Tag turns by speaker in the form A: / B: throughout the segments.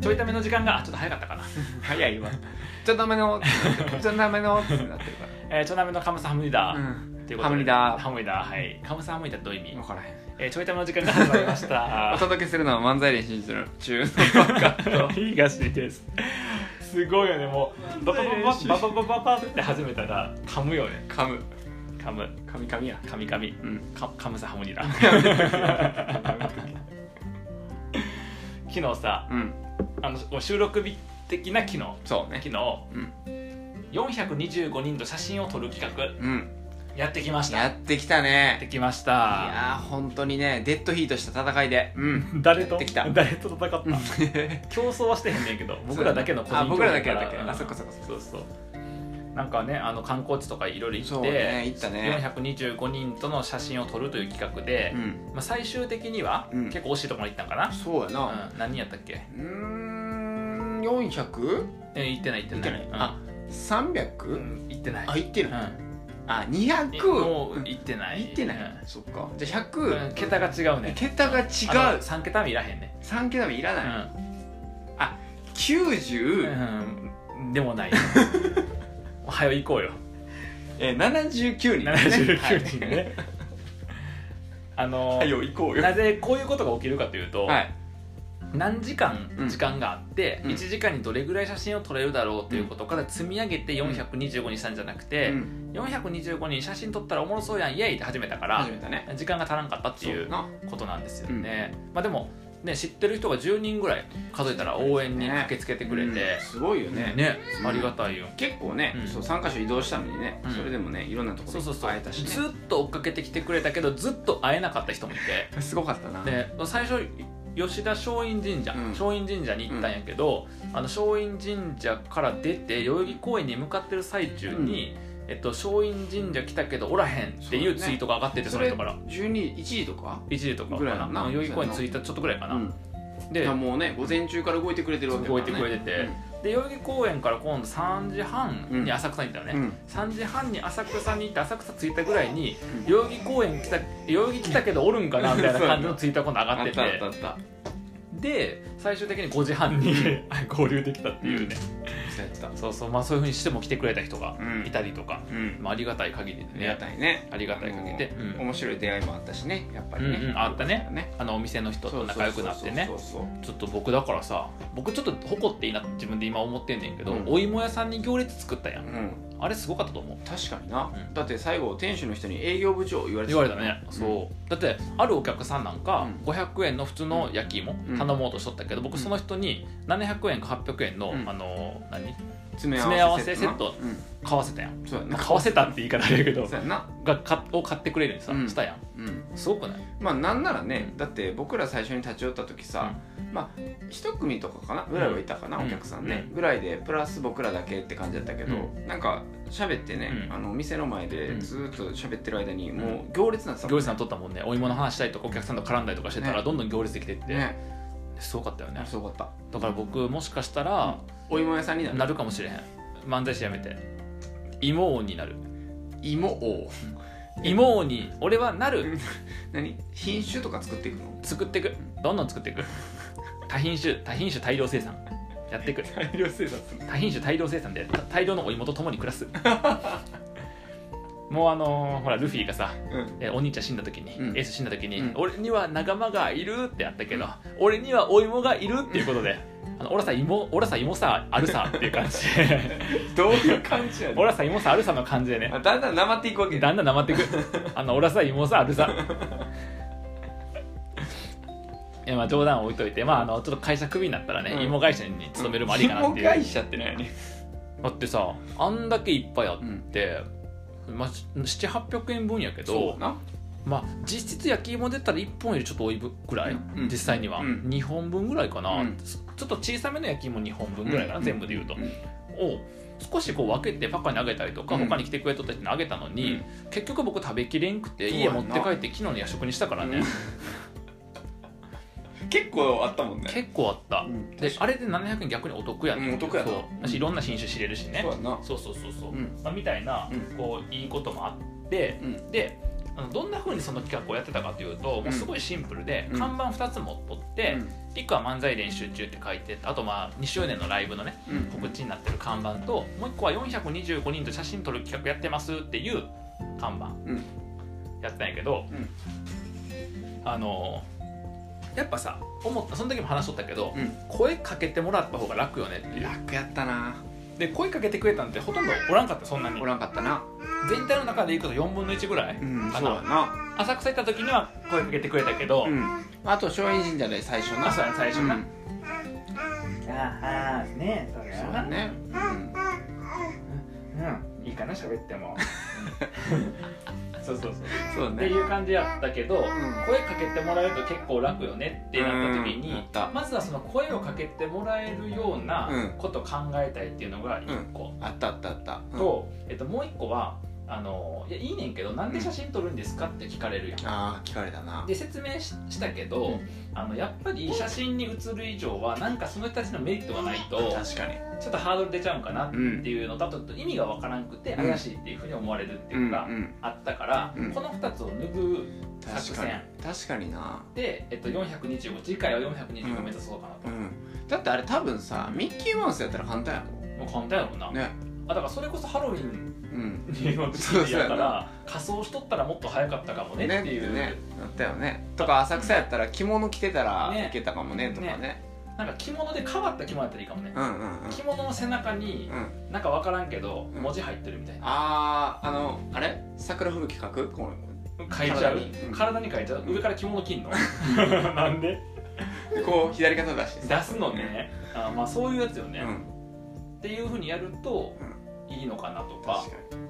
A: ちょいための時間があちょっと早かったかな、
B: 早いわちょっとダメのちょっとダメのってなってるか
A: えー、ちょいためのカムサハムニダ
B: ら、う
A: ー、
B: ん、
A: ということで
B: ハムリダ
A: ハムニダーはいカムサハムニダーどういう意
B: ー
A: 味
B: 分、からへん
A: えー、ちょいための時間が始まりまし
B: お
A: た
B: 届けするのは漫才練習中のバカと
A: 東ですすごいよねもうババババババババって始めたら噛むよね
B: 噛む
A: 噛む
B: 噛み噛みや
A: 噛み噛み
B: うん
A: カカムサハムニダー昨日さ
B: うん
A: あの収録日的な昨日
B: そうね
A: 昨日
B: うん
A: 425人と写真を撮る企画
B: うん
A: やってきました
B: や
A: や
B: ってきた
A: って
B: ね
A: きまし
B: い
A: た
B: やー本当にねデッドヒートした戦いでうん
A: 誰
B: や
A: と
B: ってきた
A: 誰と戦った競争はしてへんねんけど 僕らだけの個人
B: あ僕らだけだ
A: 競
B: け
A: 争から
B: あそっかそっかそっか
A: そうそうなんかねあの観光地とかいろいろ行って
B: そうね行ったね
A: 425人との写真を撮るという企画で、
B: うん
A: まあ、最終的には、
B: うん
A: 結構惜しいところに行ったんかな、
B: そうやな
A: うん、何人やったっけ
B: うーん 400?
A: え行ってない行
B: い
A: って
B: けな
A: ない
B: い、
A: うん
B: あ三
A: う
B: 300?
A: ん行ってない
B: あいってる、
A: うん
B: あ
A: え
B: 200
A: もう行ってない
B: いってない、
A: うん
B: そっかじゃあ
A: うん
B: 100、
A: 桁が違うね
B: 桁が違う
A: 3桁目いらへんね
B: 3桁目いら
A: う
B: ない、
A: ん
B: 90、
A: うんでも ないおはよう行こうよ
B: えー、79人ですね
A: 79人ね、あの
B: はい、はいよ行こうよ
A: なぜこういうことが起きるかというと、
B: はい
A: 何時間
B: うん
A: 時間があって、
B: うん
A: 1時間にどれぐらい写真を撮れるだろうということから積み上げて425にしたんじゃなくて、
B: うん
A: 425人写真撮ったらおもろそうやんイエイって始めたから
B: 始めたね
A: 時間が足らんかったって
B: そう
A: い
B: や
A: う
B: な
A: ことなんですよね、まあでもね知ってる人が10人ぐらい数えたら応援に駆けつけてくれて、
B: うんすごいよね
A: ね
B: うん
A: ありがたいよ、
B: 結構ね、
A: うん
B: そう3か所移動したのにね、
A: うん
B: それでもねいろんなとこ
A: そうそ
B: ろ
A: う
B: に
A: そう
B: 会えたしね
A: ずっと追っかけてきてくれたけどずっと会えなかった人もいて
B: すごかったな、
A: で最初吉田松陰神社、
B: うん
A: 松陰神社に行ったんやけど、あの松陰神社から出て代々木公園に向かってる最中に、えっと、松陰神社来たけどおらへんっていうツイートが上がっててそ,、
B: それ
A: の人から
B: 12 1時とか
A: 1時とか
B: ぐ
A: から
B: い
A: な
B: やな
A: うん代々木公園着いたちょっとぐらいかな、
B: うんい
A: で
B: やもうね午前中から動いてくれてるわけだ
A: 動
B: から
A: いてくれ
B: ね
A: てて、で代々木公園から今度3時半に浅草に行ったよね、
B: うんうん
A: 3時半に浅草に行って浅草着いたぐらいに
B: うん
A: 代々木公園来た代々木来たけどおるんかなみたいな感じのツイートが今度上が
B: あ
A: っ
B: ってたあってたあった
A: で最終的に5時半に 合流できたっていうね、
B: そうやってた
A: そうそうまあそういうふうにしても来てくれた人が
B: うん
A: いたりとか、
B: うん
A: まあ、ありがたい限りで
B: ありが
A: ね
B: たいね
A: ありがたい限りで、
B: もう
A: うん
B: 面白い出会いもあったしねやっぱり
A: うん
B: ね
A: うんあったね
B: ね
A: あのお店の人と仲良くなってね
B: そうそうそうそう
A: ちょっと僕だからさ僕ちょっと誇っていいなって自分で今思ってんねんけど、
B: うん
A: お芋屋さんに行列作ったやん
B: うん
A: あれすごかったと思う
B: 確かにな、
A: うん
B: だって最後店主の人に営業部長言われて
A: 言われたね、
B: うん
A: そうだってあるお客さんなんか500円の普通の焼き芋
B: うん
A: 頼もうとしとったけど、僕その人に700円か800円の、
B: うん
A: あの何
B: 詰
A: め合わせセット
B: うん
A: 買わせたやん
B: そうやな
A: 買わせたって言い方あれやけど
B: そうやな
A: がかを買ってくれるようにさ、
B: うん
A: したやん
B: うん
A: すごくない
B: まあなんならねだって僕ら最初に立ち寄った時さ、まあ一組とかかなぐらいはいたかな、
A: うん
B: お客さんね、
A: う
B: ぐらいでプラス僕らだけって感じだったけど、
A: う
B: なんか喋ってね、
A: うん
B: あのお店の前で
A: うん
B: ずーっと喋ってる間にもう行列になってたも
A: 行
B: ん
A: 列さんとったもんねお芋の話したりとかお客さんと絡んだりとかしてたら、
B: ね
A: どんどん行列できてって、
B: ね
A: すごかったよね
B: すごかった
A: だから僕もしかしたら、
B: お芋屋さんになる
A: なるかもしれへん漫才師やめて芋王になる
B: 芋王
A: 芋王に俺はなる、
B: 何品種とか作っていくの
A: 作っていくどんどん作っていく多品種多品種大量生産やっていく
B: 大量生産する
A: 多品種大量生産でた大量のお芋と共に暮らす もうあのーほらルフィがさ
B: うん
A: えーお兄ちゃん死んだ時に、
B: うん
A: エース死んだ時に、
B: うん
A: 俺には仲間がいるってあったけど、俺にはお芋がいるっていうことで、あの俺らさ芋俺らさ芋さあるさっていう感じで
B: どういう感じや
A: 俺
B: ね
A: らさ芋さあるさの感じでね
B: あだんだんなまっていくわけね
A: だんだんなまっていくあの俺はさ芋さある さいやまあ冗談は置いといて、まあ、あのちょっと会社クビになったらね、
B: うん
A: 芋会社に勤めるもありかなっていう、
B: 芋会社ってなんやね
A: だってさあんだけいっぱいあって、まあ、700800円分やけ
B: そ
A: ど
B: う、な
A: まあ、実質焼き芋で言ったら1本よりちょっと多いくらい、
B: うん
A: 実際には、
B: うん
A: 2本分ぐらいかな、
B: うん
A: ちょっと小さめの焼き芋2本分ぐらいかな、全部で言うと、
B: ん
A: を少しこう分けてパカにあげたりとか、
B: うん
A: 他に来てくれとった人にあげたのに、
B: うん
A: 結局僕食べきれんくて
B: そう
A: 家
B: やんな
A: 持って帰って昨日の夜食にしたからね、
B: 結構あったもんね
A: 結構あった、
B: うん
A: であれで700円逆にお得や
B: うんお得やな
A: そうだしいろんな品種知れるしね
B: そうやな
A: そうそうそうそう、
B: うん
A: まあ、みたいな
B: うん
A: こういいこともあって、
B: うん
A: であのどんなふうにその企画をやってたかというともうすごいシンプルで、
B: うん
A: 看板2つ持っとって、
B: うん
A: 1個は漫才練習中って書いてあとまあ2周年のライブのね
B: うん
A: 告知になってる看板ともう1個は425人と写真撮る企画やってますっていう看板
B: うん
A: やってたんやけど、
B: うん
A: あのやっぱさ思ったその時も話しとったけど、
B: うん
A: 声かけてもらった方が楽よねっていう
B: 楽やったな
A: で声かけてくれたんてほとんどおらんかったそんなに
B: おらんかったな
A: 全体の中でいくと4分の1ぐらい、
B: うん
A: か
B: そう
A: な
B: やな
A: 浅草行った時には声かけてくれたけど、
B: うんあと松陰神社で最初な
A: あそうやね最初な
B: うん
A: ああねそれ
B: そうやねうん
A: うんいいかな喋って も そうそうそう
B: そう
A: って
B: ね
A: いう感じやったけど、声かけてもらえると結構楽よねってなった時
B: うん
A: に
B: 思、った
A: まずはその声をかけてもらえるようなことを考えたいっていうのが1個、
B: あったあったあったうん
A: と、えっと、もう1個はあのいやいいねんけどなんで写真撮るんですかって聞かれるやん、
B: ああ聞かれたな
A: で説明ししたけど、
B: うん
A: あのやっぱり写真に写る以上はなんかその人たちのメリットがないと
B: 確かに
A: ちょっとハードル出ちゃうんかなって
B: うん
A: いうのだと意味がわからんくて
B: うん
A: 怪しいっていうふうに思われるって
B: う
A: いうん
B: う
A: か、
B: ん
A: あったから、
B: うん
A: この2つを拭う
B: 確
A: 作
B: かに
A: 戦
B: 確かにな
A: で、えっと、425次回は425目指そうかな
B: う
A: と、
B: んだってあれ多分さミッキーマウスやったら簡単やも
A: もう簡単やろうな、
B: んね
A: あだからそれこそハロウィン
B: うん
A: の時期やから仮装しとったらもっと早かったかもね
B: ね
A: っ
B: って
A: いう、
B: ねなったよねとか浅草やったら着物着てたら
A: ね
B: いけたかもねとかね
A: なんか着物で変わった着物やったらいいかもね、
B: うんうんうん
A: 着物の背中に
B: うん
A: なんか分からんけど
B: うん
A: 文字入ってるみたいな、
B: あーあのあれ桜吹雪書くこう
A: 書いちゃう
B: 体にうん
A: 体に書いちゃう上から着物着んの なんで
B: こう左肩出して
A: 出すのねあまあそういうやつよ
B: う
A: ね、っ
B: ん
A: ていうふうにやるといいのかなとか
B: 確かに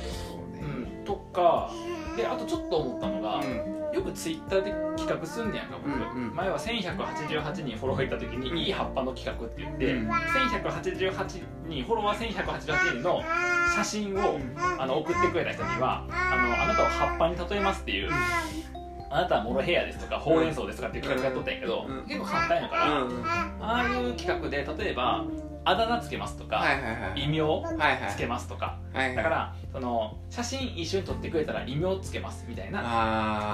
B: そう
A: う
B: ね
A: ん、とかであとちょっと思ったのが、
B: うん
A: よくツイッターで企画すんねやんか僕、
B: うんうん
A: 前は1188人フォロワーいった時に、
B: うん
A: いい葉っぱの企画って言って、
B: うん
A: 1188人フォロワー1188人の写真を、
B: うん
A: あの送ってくれた人にはあの「あなたを葉っぱに例えます」っていう「あなたはモロヘイヤです」とか「ほうれん草です」とかっていう企画やっとったんやけど、
B: うん
A: 結構簡単やから、
B: うんうんは
A: ああいう企画で例えばあだ名つけますとか、
B: いはいはい
A: 異名
B: はいはい
A: つけますとか、
B: はい
A: だからその写真一緒に撮ってくれたら異名つけますみたいな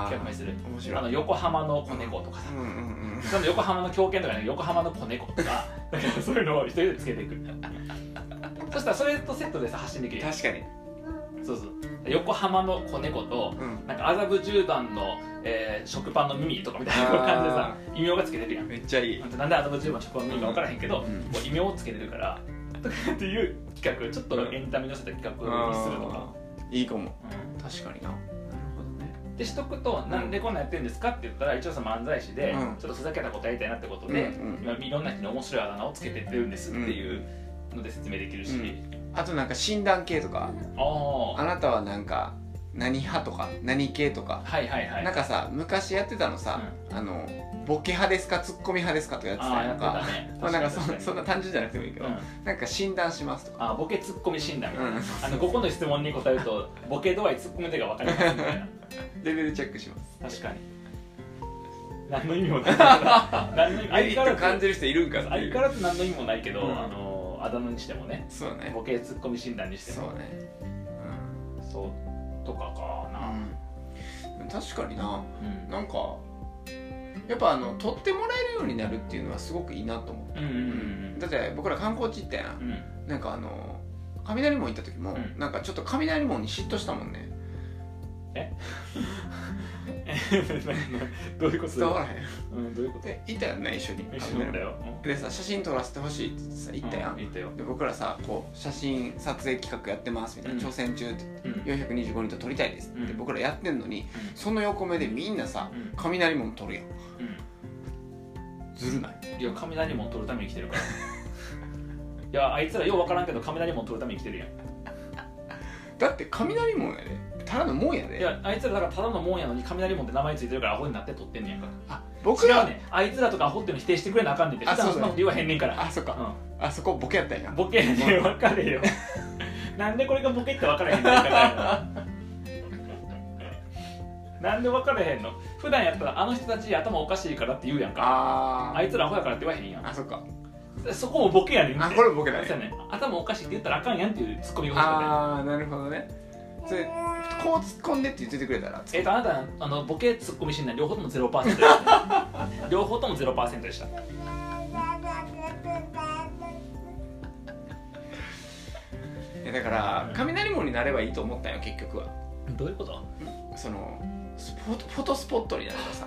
B: あ
A: 企画に
B: あ
A: する
B: 面
A: あ
B: 白
A: の
B: い
A: 横浜の子猫とかさ、
B: うんうん
A: その横浜の狂犬とかね横浜の子猫と かだからそういうのを一人でつけていくそしたらそれとセットでさ発信でき
B: うん
A: るやん
B: 確かに
A: そうそう横浜の子猫と
B: うん
A: なんか麻布十番の、えー食パンの耳とかみたいな感じでさ異名がつけてるやん
B: めっちゃいい
A: なんで麻布十番の食パンの耳か分からへんけど、
B: うん
A: もう異名をつけてるからとかっていう企画ちょっとエンタメに寄せた企画にするとか、
B: あーいいかも
A: うん
B: 確かにななるほどね
A: でしとくと「なんでこんなんやってるんですか?」って言ったら一応その漫才師で、
B: うん
A: ちょっとふざけたことやりたいなってことで、
B: うんうん
A: 今いろんな人に面白いあだ名をつけてってるんですっていうので説明できるし、
B: うんあとなんか診断系とか
A: あ
B: あ
A: あ
B: なたはなんか何派とか何系とか
A: はいはいはい
B: なんかさ昔やってたのさ、あのボケ派ですかツッコミ派ですかとかやって
A: あ
B: た
A: あ
B: り
A: や
B: と
A: って
B: か
A: たね
B: まあなんかそ
A: 確に
B: そんな単純じゃなくてもいいけど、
A: うん
B: なんか診断しますとか
A: あーボケツッコミ診断みたいな、
B: うん
A: あの5個の質問に答える とボケ度合いツッコミ手が分かりますみたいな
B: レベルチェックします
A: 確かに何の意味もない 何の意味
B: メ
A: 相
B: リット
A: 変わら
B: 感
A: ず
B: じる人いるんかって
A: 相
B: い
A: 変
B: う
A: わらず何の意味もないけど、
B: うん
A: あのあだ名にしてもね
B: そうね
A: ボケツッコミ診断にして
B: そ
A: も
B: うね
A: そうとかか
B: う
A: な、
B: ん、うん、確かにな
A: うん
B: なんかやっぱあの取ってもらえるようになるっていうのはすごくいいなと思った、
A: うんうんうん
B: だって僕ら観光地行ったやん
A: うん
B: なんかあの雷門行った時も、
A: うん
B: なんかちょっと雷門に嫉妬したもんね
A: どういうこ
B: 伝わ
A: と
B: らへん
A: うんどういうこと
B: でいたよね一緒に
A: 一緒なんだよ
B: でさ写真撮らせてほしいって言ってさ行ったやん、
A: 行ったよ
B: で僕らさこう写真撮影企画やってますみたいな、
A: うん
B: 挑戦中って
A: うん
B: 425人と撮りたいですって、
A: うん
B: 僕らやってんのにその横目でみんなさ
A: うん
B: 雷門撮るやん
A: う
B: ずるない
A: んいや雷門取るために来てるから いやあいつらよう分からんけど雷門取るために来てるやん
B: だって雷門やでただの門やで
A: いやあいつらだからただのもんやのに雷門って名前ついてるからアホになって取ってんねやんか
B: あ
A: 違
B: 僕ら
A: うねんあいつらとかアホっての否定してくれなあかんねんって
B: あ
A: 普段
B: そ
A: そ
B: うん
A: な
B: だ
A: こ
B: ね
A: と言わへんねんから
B: あそっか、
A: う
B: あそこボケやったんや
A: ん
B: ん
A: ボケで分か れよなんでこれがボケって分からへんねんからなんで分からへんの普段やったらあの人たち頭おかしいからって言うやんか
B: あー
A: あいつらアホやからって言わへんやん
B: あそっか
A: そこもボケやねん
B: あ
A: って
B: これボケだね
A: そうやね頭おかしいって言ったらあかんやんっていうツッコミが欲しかっ
B: ああなるほどねそれこう突っ込んでって言っててくれたら
A: たねえっとあなたあのボケツッコミ診断両方とも0%です両両方とも0%でした
B: いやだから雷門になればいいと思ったよ結局は
A: どういうこと
B: そのスポットフォトスポットになればさ、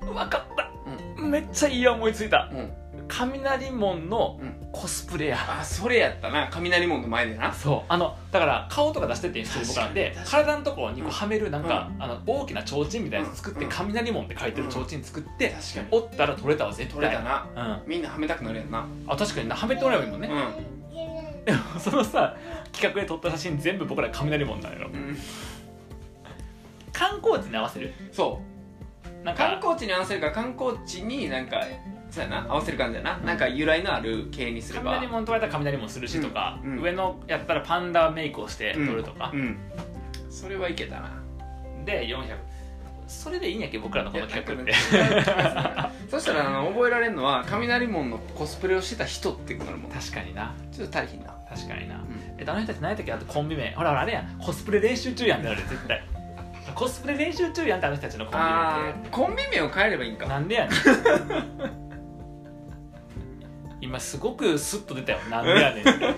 A: 分かっためっちゃいい思いついた
B: うん、
A: 雷門の
B: うん
A: コスプレや
B: あそれやったな雷門の前でな
A: そうあのだから顔とか出してってんしてる僕なんで
B: 確
A: 体のところにこうはめるなんか、あの大きな提灯みたいなの作って、
B: うん
A: 雷門って書いてる提灯作って、
B: 確かに
A: 折ったら取れたわ絶対
B: 取れたな
A: うん、
B: みんなはめたくなるやんな
A: あ確かになはめてもらえばいいもんね、でもそのさ企画で撮った写真全部僕ら雷門なのよ
B: うん、うん、
A: 観光地に合わせる
B: そう
A: なん
B: 観
A: か
B: 光地に合わせるから観光地になんかそうやな合わせる感じやな、なんか由来のある系にすれば
A: 雷門取られたら雷門するしとか、
B: うんうん
A: 上のやったらパンダメイクをして撮るとか
B: う、ん、うんそれはいけたな
A: で400それでいいんやっけ僕らのこの企画って
B: いや なんかねそしたらあの覚えられるのは雷門のコスプレをしてた人ってなるもん
A: 確かにな
B: ちょっと大変な
A: 確かにな、
B: ん
A: えっとあの人たち何やったっけあとコンビ名ほらほらあれやんコスプレ練習中やんってなる絶対コスプレ練習中やんってあの人たちのコンビ名
B: あ
A: っ
B: ーコンビ名を変えればいいん
A: て
B: か
A: なんでやねん 今すごくスッと出たよなんでやねんって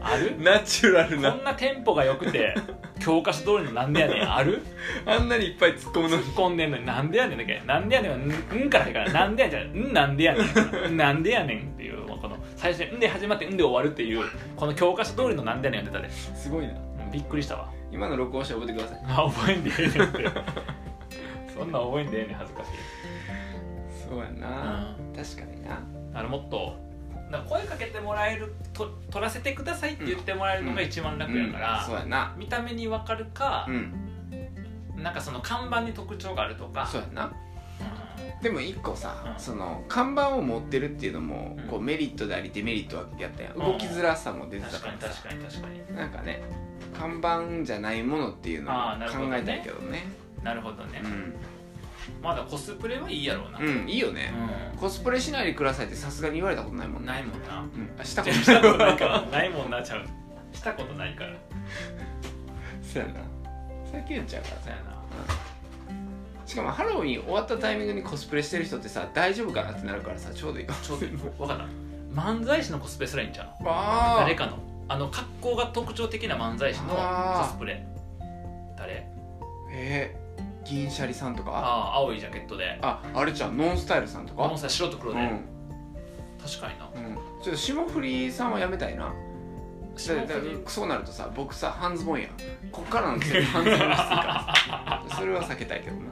A: ある
B: ナチュラル
A: こん なテンポが良くて教科書通りのなんでやねんある
B: あんなにいっぱい突っ込む
A: 突っ込んでんのになんでやねんだっけなんでやねんはんんから入るからなんでやねんじゃないんなんでやねんなんでやねんっていうこの最初にんで始まってんで終わるっていうこの教科書通りのなんでやねんが出た です
B: ごいな
A: びっくりしたわ
B: 今の録音して覚えてください
A: あ覚えんでええねんってそんなん覚えんでええねん恥ずかしい、
B: そうやな、確かにな
A: だからもっとなんか声かけてもらえると取らせてくださいって言ってもらえるのが一番楽やから、
B: うんそうやな
A: 見た目に分かるか
B: う、ん
A: なんかその看板に特徴があるとか
B: そうやな
A: う
B: でも一個さ、
A: うん
B: その看板を持ってるっていうのも、
A: うん
B: こうメリットでありデメリットはやったやん
A: うん
B: 動きづらさも出
A: ん
B: てた
A: 確
B: か
A: かに
B: らさ
A: 確かに確かに
B: なんかね看板じゃないものっていうのを
A: あーなるほど
B: 考
A: ね
B: えたいけどね
A: なるほどね、まだコスプレはいいやろうな、
B: うん、うん、いいよね、コスプレしないでくださいってさすがに言われたことないも
A: うんん
B: ね、
A: ないもんな
B: うん、あしたこと
A: したこと
B: な
A: ないい
B: か
A: かららないもんなちゃうしたことないから
B: そうやな最近言っちゃうから
A: そう
B: さ
A: やな
B: しかもハロウィン終わったタイミングにコスプレしてる人ってさ大丈夫かなってなるからさちょうどいいか
A: ちょうどいい分かった漫才師のコスプレすらいいんちゃう
B: あ
A: 誰かのあの格好が特徴的な漫才師のコスプレ誰
B: えー、銀シャリさんと
A: あ
B: か
A: あ青いジャケットで
B: ああれじゃんノンスタイルさんと
A: こ
B: か
A: のさ白と黒
B: うん
A: で、
B: うん
A: 確かにな
B: ちょっと霜降りさんはやめたいなだ
A: 白
B: だ
A: と
B: そうなるとさ僕さ半ズボンやんこっからの季節半ズボンですからそれは避けたいけどな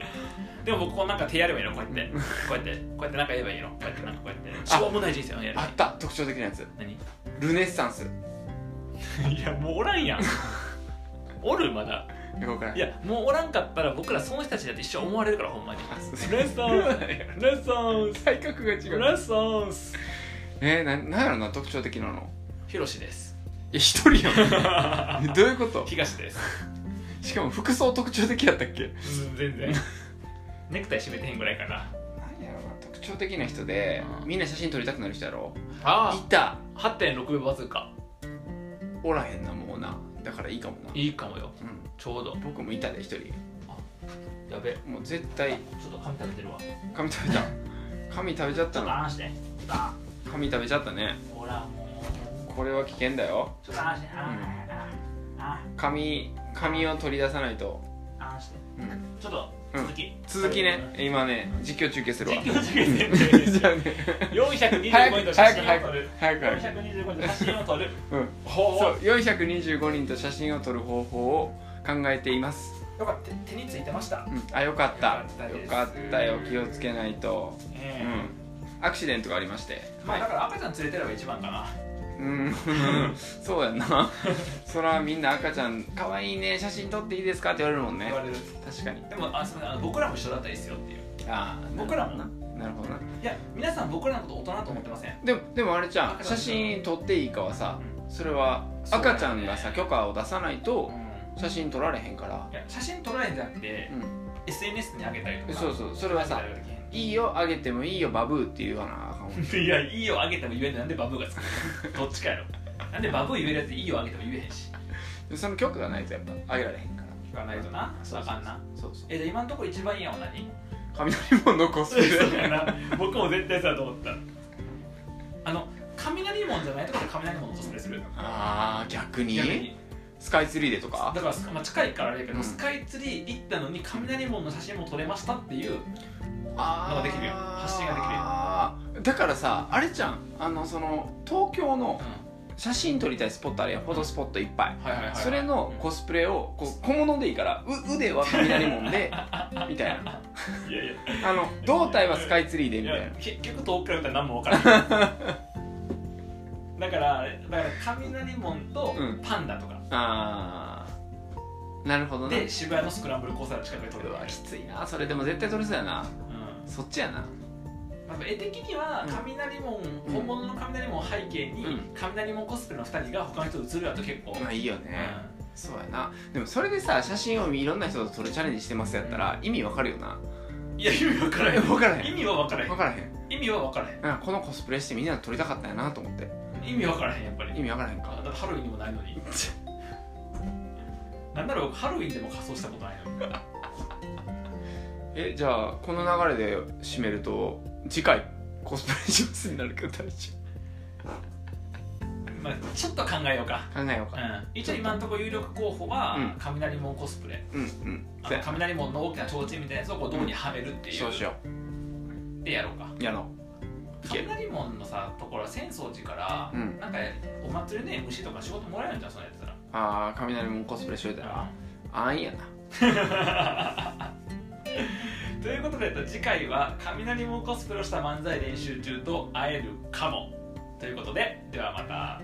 A: でも僕こうなんか手やればいいのこうやってこうやってこうやってなんか言えばいいのこうやってなんかこうやってしょうもない人生をやる
B: あった特徴的なやつ
A: 何
B: ルネッサンス
A: いやもうおらんやんおるまだ
B: ここから
A: いやもうおらんかったら僕らその人たちだって一生思われるからほんまに
B: あそう
A: レッサンレッサンス
B: 体格が違
A: レ
B: う
A: ッサンス
B: えー、ななんやろな特徴的なの
A: ヒロシです
B: いや一人やんえどういうこと
A: 東です
B: しかも服装特徴的やったっけ
A: うん全然 ネクタイ締めてへんぐらいかな
B: 何やろな特徴的な人で
A: うん
B: みんな写真撮りたくなる人やろい
A: あ
B: た
A: 8.6秒バズーカ
B: おらへんなもうなだからいいかもな、
A: いいかもよ
B: うん、
A: ちょうど
B: 僕もいたで一人
A: やべち
B: もう絶対
A: ょっと髪食べてるわち
B: 髪食べた髪食べちゃっ
A: ょ
B: た
A: っと
B: な
A: 話してあ
B: 髪食べちゃったね
A: ほらもう
B: これは危険だよ
A: ちょっと話してああ
B: 髪髪を取り出さないと、
A: ああ話して
B: うん、
A: ちょっと続き
B: 続きね今ね実況中継するわ
A: 実況中
B: じゃあ
A: 継
B: ね
A: 425
B: 早
A: 人
B: く
A: と写
B: 早
A: 真
B: く早
A: を撮る
B: く早く早く
A: 425人と写真を撮る
B: うん
A: ほ
B: そう425人と写真を撮る方法を考えています、
A: よかった手についてました
B: うん、あよかったよ
A: よ
B: か
A: か
B: っ
A: ったです
B: たよ気をつけないとう
A: え
B: んアクシデントがありまして
A: えまあだから赤ちゃん連れてれば一番かな
B: うんそうやなそらみんな赤ちゃん可愛いね写真撮っていいですかって言われるもんね
A: 言われる
B: 確かに
A: でもあすみませんあの僕らも一緒だったらいいですよっていう
B: あー
A: 僕らも
B: ななるほどない
A: や皆さん僕らのこと大人と思ってません
B: でもでもあれじゃん
A: 赤ちゃ
B: 写
A: ん
B: 真撮っていいかはさ
A: う
B: それは
A: そうだよ
B: 赤
A: ね
B: ちゃんがさ許可を出さないと
A: い
B: 写真撮られへんから
A: や写真撮られんじゃなくて
B: うん
A: SNS にあげたりとか
B: そうそうそれはさ「いいよあげてもいいよバブー」って言わなあかんもん
A: いやいいよあげても言えんのなんでバブーがつ くのどっちかやろなんでバブー言えるやついいよあげても言えへんし
B: でその曲がないとやっぱあげられへんから
A: 聞かないとなそうあかんな
B: そうそう
A: えじゃあ今のところ一番いいやんは何
B: 雷門のコスプ
A: そうや
B: レ
A: な僕も絶対そうだと思ったあの雷門じゃないところで雷門のコスプレする
B: ああ逆に
A: 逆に
B: スカイツリーでとか
A: だから、まあ、近いからあれやけど、
B: うん
A: スカイツリー行ったのに雷門の写真も撮れましたっていう
B: あ
A: なんかできるよ発信ができるよ
B: できるだからさあれじゃんあのその東京の写真撮りたいスポットあれやんフォトスポットいっぱい
A: はいはいはい、
B: それのコスプレをこう小物でいいからう腕は雷門でみたい
A: や
B: ない
A: いや
B: あの胴体はスカイツリーで
A: い
B: みたい
A: や
B: な
A: 結局遠くから見たら何も 分からないだからだから雷門と
B: うん
A: パンダとか、
B: あーなるほどね
A: で渋谷のスクランブル交差点の近くで撮れ
B: う
A: るわ
B: わ
A: け
B: き、ついなそれでも絶対撮れそうやな
A: うん
B: そっちやな
A: まあ、絵的には
B: うん
A: 雷門、
B: ん
A: 本物の雷門を背景に、
B: うん
A: 雷門コスプレの2人が他の人と映るやと結構、
B: まあいいよね、
A: う
B: そうやなでもそれでさ写真をいろんな人と撮るチャレンジしてますやったら意味わかるよなん
A: いや意味分からへん
B: 分からへん
A: 意味は分からへ
B: 分からへん
A: ん意味は分からへ
B: なんかこのコスプレしてみんなで撮りたかったんやなと思って
A: ん意味分からへんやっぱり
B: 意味わからへん
A: あだ
B: か
A: ってハロウィンにもないのになんなら僕ハロウィンでも仮装したことないのに
B: えじゃあこの流れで締めると次回コスプレしますになるけど大丈
A: まあ、ちょっと考えようか、
B: 夫考えよう
A: う
B: か
A: ん、一応今のところ有力候補は
B: うん
A: 雷門コスプレ、
B: うんうん
A: あ
B: そう
A: の
B: や
A: 雷門の大きな提灯みたいなやつをこう銅にはめるっていう、
B: そうしよ
A: でやろうか
B: うやろういけ
A: 雷門のさところは浅草寺から、
B: うん
A: なんかお祭りで虫とか仕事もらえるんじゃんそのやつら
B: ああ雷もコスプレしといたらあんやな
A: ということでえっと次回は雷門コスプレをした漫才練習中と会えるかもということでではまた。